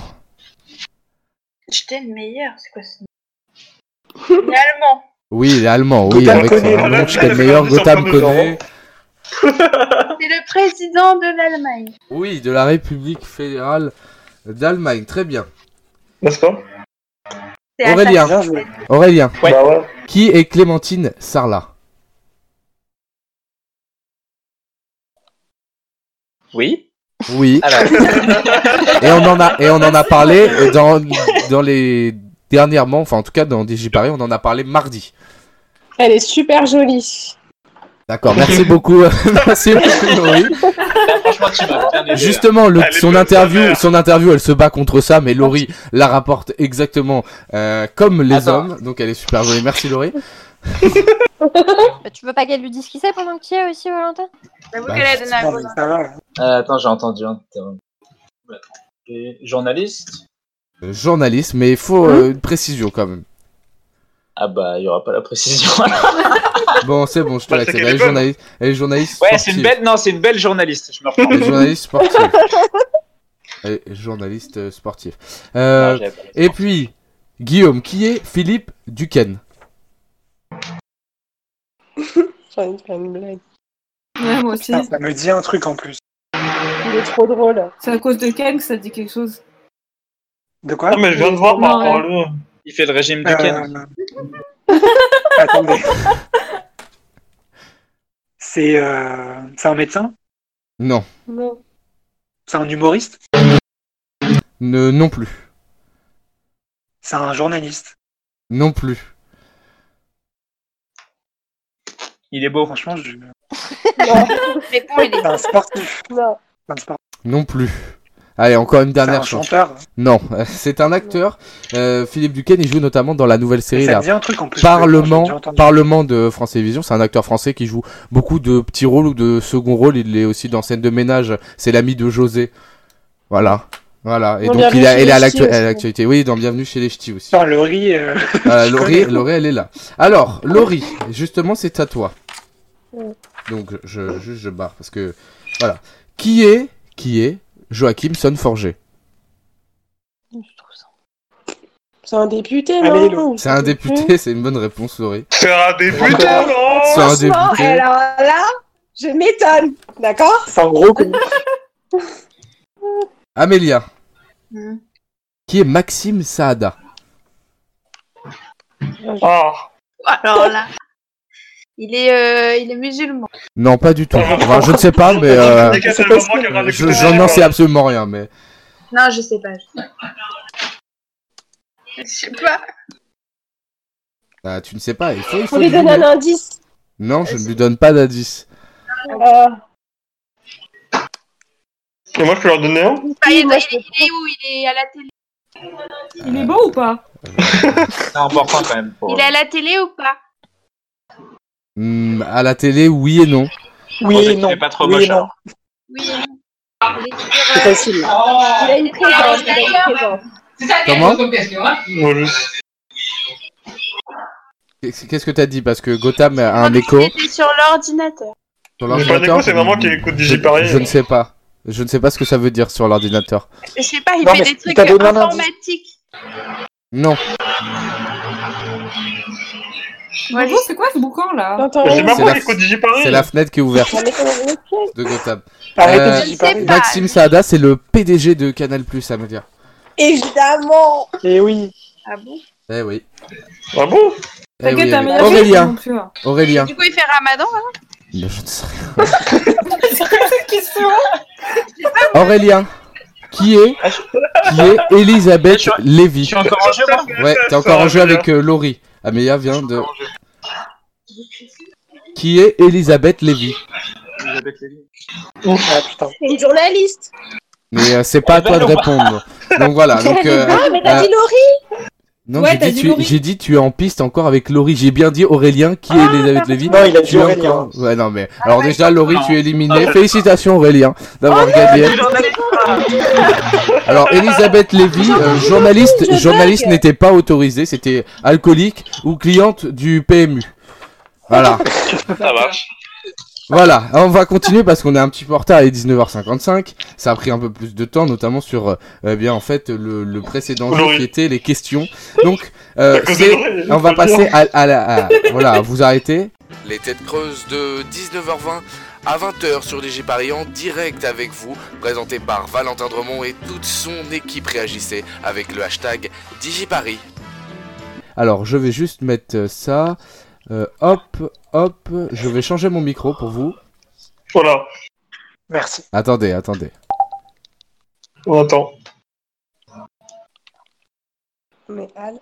F: J'étais le meilleur, c'est quoi ce nom Il est allemand.
A: oui, il est allemand, oui,
G: Gotham
A: avec
G: connaît,
A: son
G: voilà,
A: nom,
D: j'avais
A: Steinmeier,
D: perdu sur
A: Gotham
D: le premier
A: connaît.
F: C'est le président de l'Allemagne.
A: Oui, de la République fédérale d'Allemagne, très bien.
D: N'est-ce pas
F: C'est
A: Aurélien,
G: Bien joué.
A: Aurélien,
I: Ouais.
D: Bah ouais.
A: qui est Clémentine Sarlat
I: Oui.
A: Oui.
I: Alors,
A: Et on en a et on en a parlé euh, dans dans les dernièrement, enfin en tout cas dans DJ Paris, on en a parlé mardi.
E: Elle est super jolie.
A: D'accord, merci beaucoup. [LAUGHS] merci beaucoup, Laurie.
I: là, franchement, tu m'as bien aidé. là.
A: Justement, le-
D: Elle est
A: son
D: bonne, sa
A: interview,
D: mère.
A: son interview, elle se bat contre ça, mais Laurie la rapporte exactement euh, comme les
I: Attends.
A: hommes, donc elle est super jolie. Merci Laurie.
C: Bah, tu veux pas qu'elle lui dise qui c'est pendant que tu y es aussi, Valentin
F: J'avoue
A: Bah,
F: qu'elle a donné un
G: Non,
F: gros
G: mais ça va.
I: Euh, attends, j'ai entendu un terme. Attends. Et Journaliste
A: Euh, journaliste, mais il faut euh, une précision quand même.
I: Ah bah, il y aura pas la précision.
A: Bon, c'est bon, je te
D: Bah, c'est
A: l'accepte. Elle
D: qu'elle
A: est
D: est bonne.
A: journaliste, elle est journaliste
I: Ouais, c'est
A: sportive.
I: une belle, non, c'est une belle journaliste. Je me reprends.
A: Elle est journaliste sportive.
D: [LAUGHS]
A: Elle est journaliste euh, sportive. Euh,
I: Non, j'avais pas raison.
A: Et puis, Guillaume, qui est Philippe Duquesne
J: J'ai envie de faire une blague.
H: Ouais, moi aussi.
G: Putain, ça me dit un truc en plus.
J: Il est trop drôle.
H: C'est à cause de Ken que ça te dit quelque chose.
G: De quoi
D: mais je viens de voir
H: Non,
D: par
H: ouais.
D: par le-
I: Ah, Il fait le régime de
G: Euh,
I: Ken.
G: [LAUGHS] Attendez. C'est euh, c'est un médecin
A: Non.
J: [LAUGHS] Non.
G: C'est un humoriste
A: Ne, non plus.
G: C'est un journaliste
A: Non plus.
I: Il est beau.
G: Franchement, je...
J: Non.
F: Réponds, il est
G: c'est un sportif.
J: non.
G: C'est un sportif.
A: Non plus. Allez, encore une
G: C'est un
A: dernière chance.
G: chanteur.
A: Non, [LAUGHS] euh, c'est un acteur. Euh, Philippe Duquesne, il joue notamment dans la nouvelle série
G: Ça
A: là.
G: me dit un truc en plus. J'ai déjà
A: Parlement,
G: entendu.
A: Parlement de France Télévisions, c'est un acteur français qui joue beaucoup de petits rôles ou de second rôle. Il est aussi dans scène de ménage. C'est l'ami de José. Voilà, voilà. Et
J: Dans
A: donc
J: Bienvenue
A: il a-
J: chez
A: elle est à
J: les
A: l'actu-
J: Ch'tis
A: à
J: aussi.
A: l'actualité. Oui, dans Bienvenue chez les Ch'tis aussi.
G: Putain, le riz. euh,
A: Euh,
G: je
A: Laurie,
G: connais.
A: Laurie, elle est là. Alors, Laurie, justement, c'est à toi.
J: Ouais.
A: Donc, je, juste, je barre parce que. Voilà. Qui est, qui est Joachim Sonforger
J: Je trouve ça. C'est un député, non
G: Allez, Lou.
J: Mm.
A: C'est un député, c'est une bonne réponse, Laurie.
D: C'est un débuté,
J: Encore.
D: non
A: C'est un
J: Franchement,
A: député.
J: alors là, je m'étonne. D'accord
G: C'est un gros con.
A: Amélia.
F: Hmm.
A: Qui est Maxime Saada
D: Ah,
F: Alors là, il est, euh, il est musulman.
A: Non, pas
D: [LAUGHS]
A: du tout. Enfin, je ne sais pas, mais. euh,
D: c'est
G: c'est
D: le
G: pas
D: moment
G: sûr.
D: qu'il y aura des
A: je-
D: coups
A: J'en
D: de
A: n'en sais
D: poing.
A: absolument rien, mais.
F: Non, je sais pas. Je sais pas.
A: Ah, tu ne sais pas, il faut. il
J: On
A: faut
J: lui donne
A: deviner.
J: un indice.
A: Non, je ne lui donne pas d'indice.
J: Euh,
D: Et moi, je peux leur donner un
F: Bah, il,
J: moi,
F: il-
J: je peux-
F: il est où Il est à la télé.
H: Il est beau ou pas
I: C'est important quand même.
A: Oh.
I: Pour...
F: Il est à la télé ou pas
A: Hmm, à la télé, oui et non.
I: Bon,
G: Oui,
I: c'est-
G: et non.
I: c'est pas trop
G: oui, et
I: moche,
G: non.
F: Oui. Il est sur,
G: C'est
F: euh,
G: facile.
J: Il a une
F: Ah,
J: présence. Il a une présence.
A: Comment
D: Moi, je-
A: Qu'est-ce que t'as dit Parce que Gotham a un
F: il
A: écho.
F: était sur l'ordinateur.
A: Sur
D: J'ai pas d'écho, c'est maman qui écoute
A: Je,
D: Digiparis.
A: je ne sais pas. Je ne sais pas ce que ça veut dire sur l'ordinateur.
F: Je sais pas, il
G: Non, mais
F: fait des
G: il t'a
F: trucs
G: donné un indice.
F: informatiques.
A: Non,
F: Ouais,
H: Bonjour, c'est quoi ce boucan là
J: J'entends
D: Je sais
J: rien.
D: pas
A: C'est
D: pourquoi
A: la-
D: il écoute Digiparis.
A: c'est la fenêtre qui est ouverte
J: Non, mais comment vous expliquez
A: de Gotham. Euh,
G: Arrêtez,
F: je
G: j'y
F: sais
G: parlais.
F: pas.
A: Maxime Saada, c'est le PDG de Canal Plus, à me dire.
J: Évidemment.
G: Et Eh oui.
F: Ah bon
A: Eh oui.
D: Ah bon
A: Eh oui,
H: T'inquiète,
A: eh
H: t'as
A: oui.
H: meilleur
A: Aurélien,
H: non plus. hein.
A: Aurélien.
F: Du coup, il fait ramadan. hein
A: Mais je ne sais rien.
H: Cette question
A: Aurélien, qui est,
I: Ah, je- Ah,
A: qui est
I: Je
A: Elisabeth
I: suis- Je
A: Lévy
I: suis encore en jeu, moi
A: Ouais, t'es encore en jeu avec euh, Laurie. Amélia vient de. Qui est Elisabeth Lévy
I: Elisabeth Lévy.
G: Ah putain.
J: C'est une journaliste.
A: Mais euh, c'est
I: Eh ben,
A: pas à toi de répondre. Donc
H: [LAUGHS]
A: voilà. Donc, euh,
J: Ah, mais t'as
A: euh,
J: dit Laurie.
A: Non,
H: Ouais,
A: j'ai,
H: t'as
A: dit,
H: dit
A: tu,
H: Laurie.
A: j'ai dit tu es en piste encore avec Laurie. J'ai bien dit Aurélien qui est Elisabeth Lévy.
G: Non, il a
A: Tu
G: dit
A: es
G: Aurélien.
A: encore- Ouais, non, mais. Alors déjà, Laurie,
I: non.
A: tu es éliminé. Félicitations, Aurélien, d'avoir gagné. Alors, Elisabeth Lévy, euh, journaliste,
J: je
A: journaliste
J: bug.
A: n'était pas autorisée. C'était alcoolique ou cliente du PMU. Voilà.
I: Ça marche.
A: Voilà, on va continuer parce qu'on est un petit peu en retard, il est 19h55. Ça a pris un peu plus de temps, notamment sur, euh, eh bien, en fait, le, le précédent jeu
D: Oui.
A: qui était les questions. Donc, euh,
D: À cause de
A: c'est-
D: Laurie,
A: on va
D: faut le dire.
A: passer à, à la, à- voilà, vous arrêtez.
B: Les têtes creuses de 19h20 à 20h sur DG Paris en direct avec vous, présenté par Valentin Dremont et toute son équipe réagissait avec le hashtag DigiParis.
A: Alors, je vais juste mettre euh, ça. Euh, hop, hop, je vais changer mon micro pour vous.
D: Voilà,
G: Merci.
A: Attendez, attendez.
D: on attend.
J: Mais Al.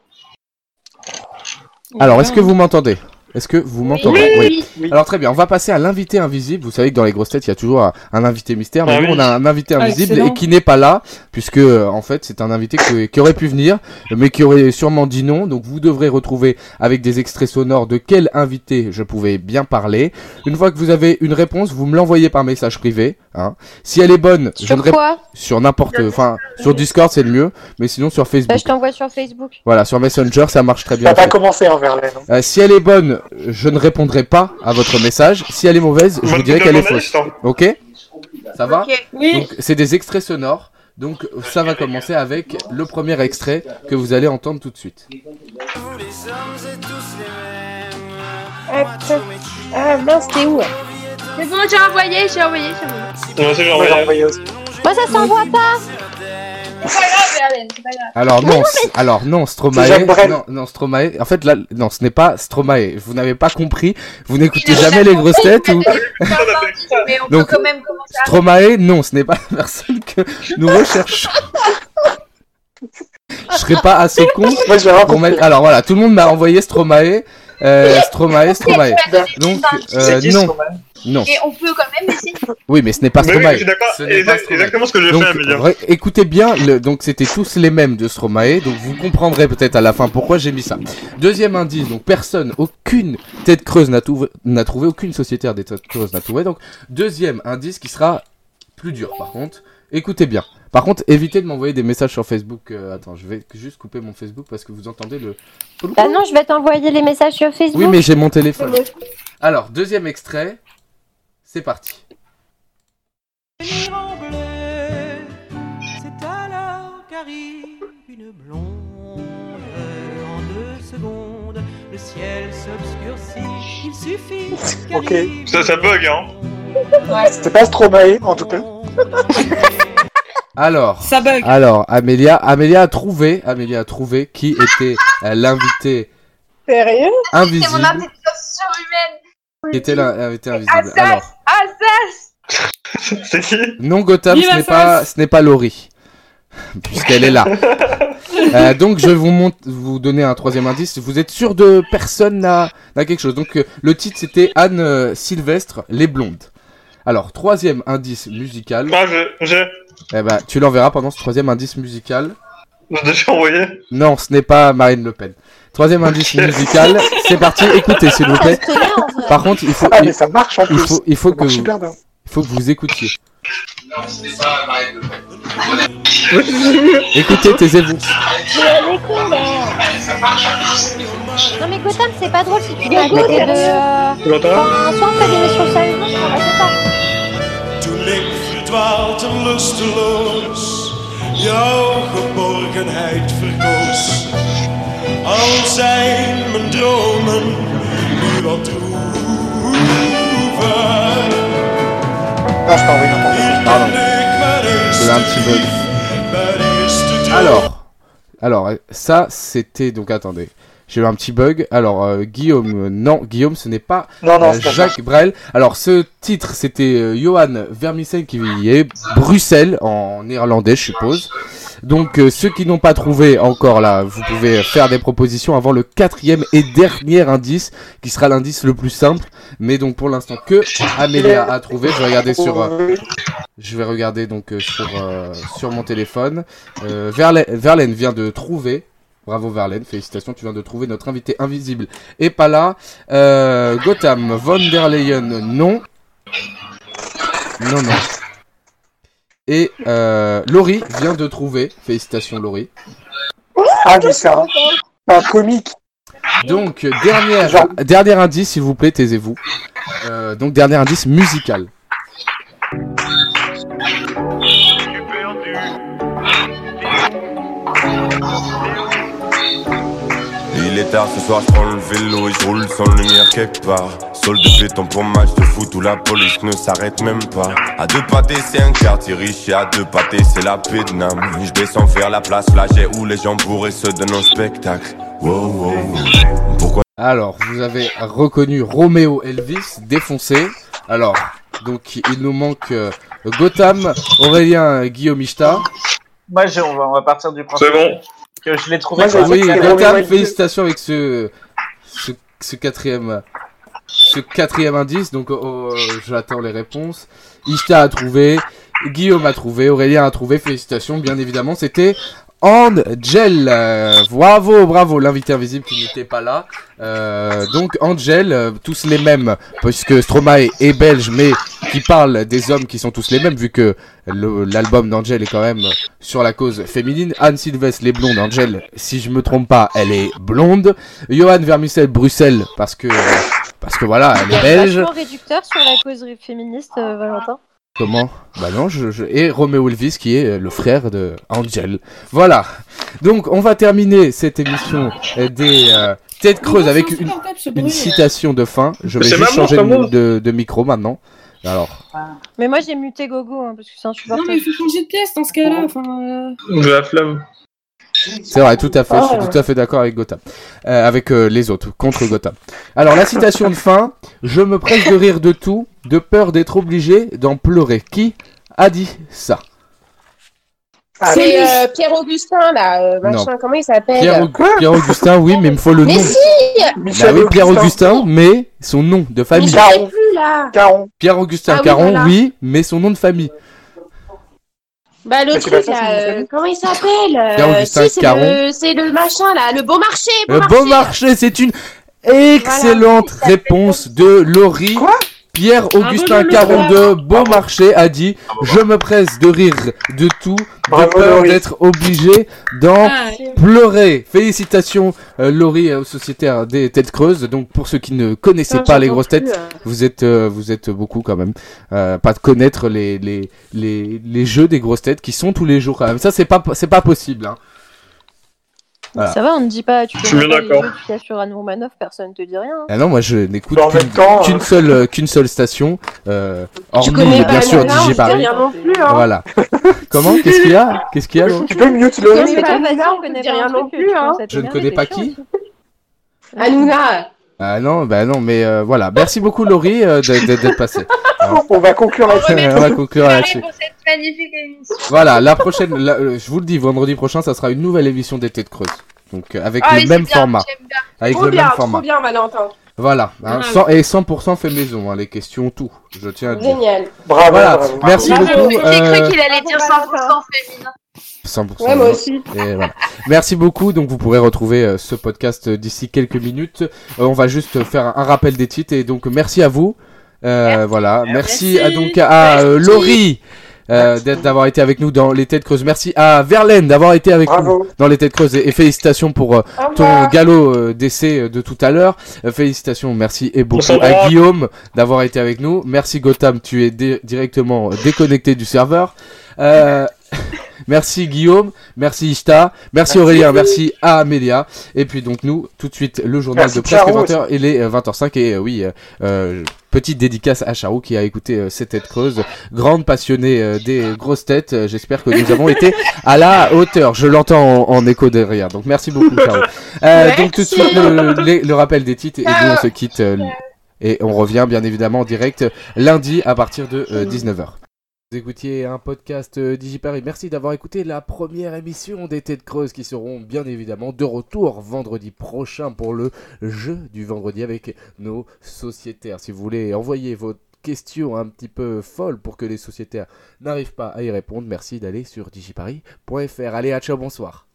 A: Alors, est-ce que vous m'entendez Est-ce que vous m'entendez Oui.
G: Oui.
A: Alors très bien, on va passer à l'invité invisible. Vous savez que dans les grosses têtes, il y a toujours un, un invité mystère, mais
D: Ah
A: nous,
D: oui.
A: on a un invité invisible
H: excellent.
A: et qui n'est pas là, puisque euh, en fait, c'est un invité que- qui aurait pu venir, mais qui aurait sûrement dit non. Donc vous devrez retrouver avec des extraits sonores de quel invité je pouvais bien parler. Une fois que vous avez une réponse, vous me l'envoyez par message privé. hein. Si elle est bonne, je ne
C: Sur
A: rép-
C: quoi
A: sur n'importe, enfin sur Discord c'est le mieux, mais sinon sur
C: Bah,
A: Facebook.
C: Je t'envoie sur Facebook.
A: Voilà, sur Messenger ça marche très bien.
G: T'as
A: en fait.
G: pas commencé en Verlaine. hein.
A: Euh, si elle est bonne, je ne répondrai pas à votre message. Si elle est mauvaise, je vous dirai qu'elle est fausse. Ok Ça va
F: Ok.
H: Oui,
A: Donc, c'est des extraits sonores. Donc, ça va commencer avec le premier extrait que vous allez entendre tout de suite.
J: Ah, putain. Ah, mince, t'es où
F: C'est bon, j'ai envoyé, j'ai envoyé, j'ai envoyé.
D: Moi aussi, j'ai envoyé.
C: Moi, ça s'envoie pas
F: C'est pas grave, Verlaine, c'est pas grave.
A: Alors non, c- alors non,
G: C'est
A: Stromae,
G: Jacques Brel.
A: non, non, Stromae. En fait là, non, ce n'est pas Stromae. Vous n'avez pas compris. Vous n'écoutez
F: Il a
A: jamais
F: déjà
A: les grosses
F: compris,
A: têtes
F: il
A: ou
F: a donné plusieurs indices, Mais on
A: Donc,
F: peut quand même commencer à...
A: Stromae. Non, ce n'est pas la personne que nous recherchons. Je serais pas assez con
G: Moi, j'ai rien
A: pour
G: compris.
A: mettre. Alors voilà, tout le monde m'a envoyé Stromae,
C: [LAUGHS]
A: euh, Stromae, Stromae. Donc euh,
I: C'est qui,
A: non,
I: Stromae
A: non.
F: Et on peut quand même essayer.
A: Oui, mais ce n'est pas
D: Mais oui, je
A: Stromae.
D: suis d'accord.
A: Ce n'est pas
D: exact-
A: Stromae.
D: Exactement ce que j'ai
A: Donc,
D: fait, Amélia.
A: vrai- écoutez bien, le- donc c'était tous les mêmes de Stromae, donc vous comprendrez peut-être à la fin pourquoi j'ai mis ça. Deuxième indice, donc personne, aucune tête creuse n'a trouvé, n'a trouvé, aucune sociétaire des têtes creuses n'a trouvé, donc deuxième indice qui sera plus dur par contre. Écoutez bien. Par contre, évitez de m'envoyer des messages sur Facebook. Euh, attends, je vais juste couper mon Facebook parce que vous entendez le.
C: Bah non, je vais t'envoyer les messages sur Facebook.
A: Oui, mais j'ai mon téléphone. Alors, deuxième extrait, c'est parti.
K: C'est alors qu'arrive une blonde. En deux secondes, le ciel s'obscurcit. Il suffit.
G: Ok.
K: qu'arrive
D: Ça, ça bug, hein.
G: C'était pas Stromae, en tout cas.
A: Alors.
H: Ça bug.
A: Alors, Amélia, Amélia a trouvé, Amélia a trouvé qui était euh, l'invité
J: Sérieux
F: C'est mon
A: invisible.
F: intelligence surhumaine. Ah,
A: Qui était l'in- l'invité invisible.
F: Assas
A: Alors,
F: Assas
D: [LAUGHS] C'est qui
A: non Gotham,
H: Vive
A: ce n'est
H: Assas
A: pas, ce n'est pas Laurie, [LAUGHS] puisqu'elle est là. Euh, donc, je vais vous monte, vous donner un troisième indice. Vous êtes sûr de personne n'a, n'a quelque chose. Donc, euh, le titre c'était Anne euh, Sylvestre, les blondes. Alors, troisième indice musical.
D: Ah, je- j'ai
A: Eh ben, tu l'enverras pendant ce troisième indice musical.
D: j'ai déjà envoyé.
A: Non, ce n'est pas Marine Le Pen. Troisième indice
D: Ok.
A: musical. C'est parti. Écoutez, s'il vous plaît.
C: Ça se tient, en vrai.
A: Par contre, il faut,
G: Ah, mais
A: il,
G: ça marche en
A: il
G: plus.
A: faut, il faut
G: Ça
A: que
G: marche
A: vous,
G: super bien.
A: il faut que vous écoutiez.
B: Non, c'était pas Marine Le Pen.
A: Écoutez, taisez-vous.
E: euh,
C: Non, mais Gotham, c'est pas drôle si tu vas à côté de. euh,
D: Tu
A: Bah.
D: l'entends
C: Enfin, soit on fait des émissions sérieusement, soit on va pas.
K: Toen ik verdwaald en lusteloos jouw geborgenheid verkoos. Al zijn mijn dromen nu wat droeven.
G: Non, je t'envoie n'importe quoi.
K: Hier
A: Pardon.
K: ben ik maar eens
A: C'est un petit
K: te
A: bug.
K: lief, maar eerst te droom.
A: Alors, alors, euh, ça, c'était donc attendez. J'ai eu un petit bug. Alors, euh, Guillaume, euh, non, Guillaume, ce n'est pas
G: Non, non,
A: euh,
G: c'est pas
A: Jacques Brel. Alors, ce titre, c'était euh, Johan Vermissen qui est Bruxelles en irlandais, je suppose. Donc, euh, ceux qui n'ont pas trouvé encore là, vous pouvez faire des propositions avant le quatrième et dernier indice, qui sera l'indice le plus simple. Mais donc, pour l'instant, que Amélia a trouvé. Je vais regarder sur. euh, je vais regarder donc euh, sur, euh, sur mon téléphone. Euh, Verlaine, Verlaine vient de trouver. Bravo Verlaine, félicitations, tu viens de trouver notre invité invisible. Et pas là. Euh, Gotham, von der Leyen, non. Non, non. Et euh, Laurie vient de trouver. Félicitations Laurie.
G: Ah, mais c'est un, un comique.
A: Donc, euh, dernière,
G: Genre-
A: dernier indice, s'il vous plaît, taisez-vous. Euh, donc, dernier indice musical.
K: Il est tard ce soir, je prends le vélo et je roule sans lumière quelque part. Sol de béton pour match de foot où la police ne s'arrête même pas. À deux pâtés, c'est un quartier riche et à deux pâtés, c'est la pédname. Je descends vers la place flagée où les gens bourrés se donnent un spectacle. Wow, wow, wow. Pourquoi
A: Alors, vous avez reconnu Romeo Elvis, défoncé. Alors, donc il nous manque euh, Gotham, Aurélien Guillaume Ishta.
I: Moi, je- on, va, on va partir du principe
D: C'est bon.
I: que je l'ai trouvé.
G: Moi,
I: par-
G: j'ai-
A: Oui,
G: c'est Romeo
A: Gotham,
G: Elvis.
A: félicitations avec ce, ce, ce quatrième ce quatrième indice. Donc, oh, euh, j'attends les réponses. Ishta a trouvé, Guillaume a trouvé, Aurélien a trouvé. Félicitations, bien évidemment. C'était Angel. Euh, bravo, bravo, l'invité invisible qui n'était pas là. Euh, donc Angel, euh, tous les mêmes, puisque Stromae est belge, mais qui parle des hommes qui sont tous les mêmes, vu que le- l'album d'Angel est quand même sur la cause féminine. Anne Sylvestre, les blondes. Angel, si je me trompe pas, elle est blonde. Johan Vermicelle, Bruxelles, parce que parce que voilà,
C: Bah,
A: elle est belge.
C: Vachement réducteur sur la cause féministe, euh, Valentin.
A: Comment Bah non, je, je- et Roméo Elvis qui est euh, le frère de Angel. Voilà. Donc on va terminer cette émission euh, des euh, tête creuse avec une,
J: Ah
A: une citation de fin. Je vais
D: C'est
A: juste
D: maman,
A: changer
D: c'est
A: de-
D: maman.
A: de, de micro maintenant. Alors,
C: Mais moi j'ai muté Gogo hein, parce que c'est
H: Non,
C: insupportable.
H: mais il faut changer de pièce dans ce cas-là. Enfin, euh,
D: De la flamme.
A: c'est vrai, tout à fait, je
H: Ah,
A: suis
H: ouais.
A: tout à fait d'accord avec Gotham. Euh, avec euh, les autres, contre Gotham. Alors, la citation de fin Je me presse de rire de tout, de peur d'être obligé d'en pleurer. Qui a dit ça
G: Ah,
J: C'est euh, Pierre-Augustin, là, euh, machin,
A: Non.
J: comment il s'appelle
A: Pierre, Pierre Augustin, oui, mais il me faut le
J: Mais
A: nom.
J: si
A: Bah oui, Pierre Augustin, mais son nom de
J: Mais
A: famille.
J: je l'ai plus, là
G: Caron.
A: Pierre Augustin
J: Ah oui,
A: Caron,
J: voilà.
A: oui, mais son nom de famille.
J: Bah, le
A: Mais c'est
J: truc,
A: pas ça,
J: là,
A: c'est
J: euh, comment il s'appelle euh,
A: Pierre-Augustin
J: si, c'est
A: Caron.
J: le- C'est le machin, là, le beau marché
A: Le beau marché, c'est une excellente réponse de Laurie. Pierre Augustin
J: Lolo.
A: Caron de Beaumarchais a dit Je me presse de rire de tout, de
G: Bravo,
A: peur
G: Laurie.
A: d'être obligé d'en
G: Ah, ouais.
A: pleurer. Félicitations, euh, Laurie, euh, sociétaire des Têtes Creuses. Donc, pour ceux qui ne connaissaient
G: Putain,
A: pas les
G: j'entends
A: grosses
G: plus,
A: têtes,
G: euh.
A: vous êtes, euh, vous êtes beaucoup quand même. Euh, pas de connaître les, les, les, les jeux des grosses têtes qui sont tous les jours quand même. Ça, c'est pas, c'est pas possible. hein. Voilà.
C: Ça va, on ne dit pas, tu
A: Je suis
C: connais
A: bien
C: pas les
A: d'accord.
C: jeux, tu casses sur Anne Romanoff, personne ne te dit rien.
A: Ah non, moi je n'écoute
G: Bah, en
A: qu'une
G: même temps,
A: qu'une
G: euh,
A: seule, euh, qu'une seule station, euh, hormis
G: connais
A: bien
C: bah,
G: pas
A: sûr
G: Nana, on
A: DJ
G: dit
A: Paris.
J: rien non plus, hein.
A: Voilà. Comment Qu'est-ce qu'il y a Qu'est-ce qu'il y a Laure
G: Tu peux mute
C: Mais
G: le.
C: c'est pas
J: Hanouna,
C: facile,
J: on
C: on
J: peut
C: connaît
J: dire
C: pas
J: rien
C: un
J: non
C: truc,
J: plus,
C: tu
J: hein.
C: commences à
A: Je ne
C: t'énerver,
A: connais pas
C: t'es
A: qui.
J: Hanouna
A: Ah non, bah non, mais euh, voilà. Merci beaucoup Laurie euh, d'être
J: [LAUGHS]
A: d'être passée. Alors,
G: On va conclure là-dessus.
A: on va conclure
F: Pareil
A: là-dessus.
F: pour cette magnifique émission.
A: Voilà, la prochaine, la- euh, je vous le dis, vendredi prochain, ça sera une nouvelle émission des Têtes Creuses. Donc euh, avec
J: Ah,
A: le
J: oui,
A: même
J: c'est bien,
A: format.
J: j'aime bien.
A: Avec
J: trop
A: le
J: bien,
A: même format.
J: Trop bien, Valentin.
A: Voilà, hein,
J: Ah,
A: cent- et 100% fait maison, hein, les questions, tout. Je tiens à le dire.
J: Génial.
G: Bravo,
A: Voilà,
G: bravo.
A: merci
F: Bravo.
A: beaucoup.
F: J'ai
A: euh,
F: cru qu'il allait dire 100% féminin.
A: 100%.
F: Ouais, moi aussi.
A: Et voilà. Merci beaucoup. Donc vous pourrez retrouver euh, ce podcast euh, d'ici quelques minutes. Euh, on va juste faire un- un rappel des titres et donc merci à vous. Euh, Voilà. Merci,
G: Merci.
A: à, donc à euh,
G: Merci.
A: Laurie. euh, d'être- d'avoir été avec nous dans les têtes creuses. Merci à Verlaine d'avoir été avec nous dans les têtes creuses et, et félicitations pour euh, ton
G: revoir.
A: galop euh, d'essai euh, de tout à l'heure. Euh, félicitations, merci et beaucoup
G: revoir.
A: à Guillaume d'avoir été avec nous. Merci Gotham, tu es dé- directement euh, déconnecté du serveur. Euh, Merci Guillaume, merci Ishta, merci,
G: Merci.
A: Aurélien, merci à Amélia. Et puis donc nous, tout de suite, le journal
G: Merci
A: de presque
G: Charo
A: 20h, il est euh, 20h05 et euh, oui, euh, euh, petite dédicace à Charo qui a écouté euh, ces têtes creuses, grande passionnée euh, des grosses têtes. Euh, J'espère que nous avons
G: [LAUGHS]
A: été à la hauteur, je l'entends en, en écho derrière. Donc merci beaucoup Charo. Euh, donc tout de
G: Merci.
A: suite, le, le- le rappel des titres et nous on se quitte euh, et on revient bien évidemment en direct lundi à partir de euh, 19h. Vous écoutiez un podcast euh, DigiParis. Merci d'avoir écouté la première émission des Têtes Creuses qui seront bien évidemment de retour vendredi prochain pour le jeu du vendredi avec nos sociétaires. Si vous voulez envoyer vos questions un petit peu folles pour que les sociétaires n'arrivent pas à y répondre, merci d'aller sur digiparis.fr. Allez, à ciao, bonsoir.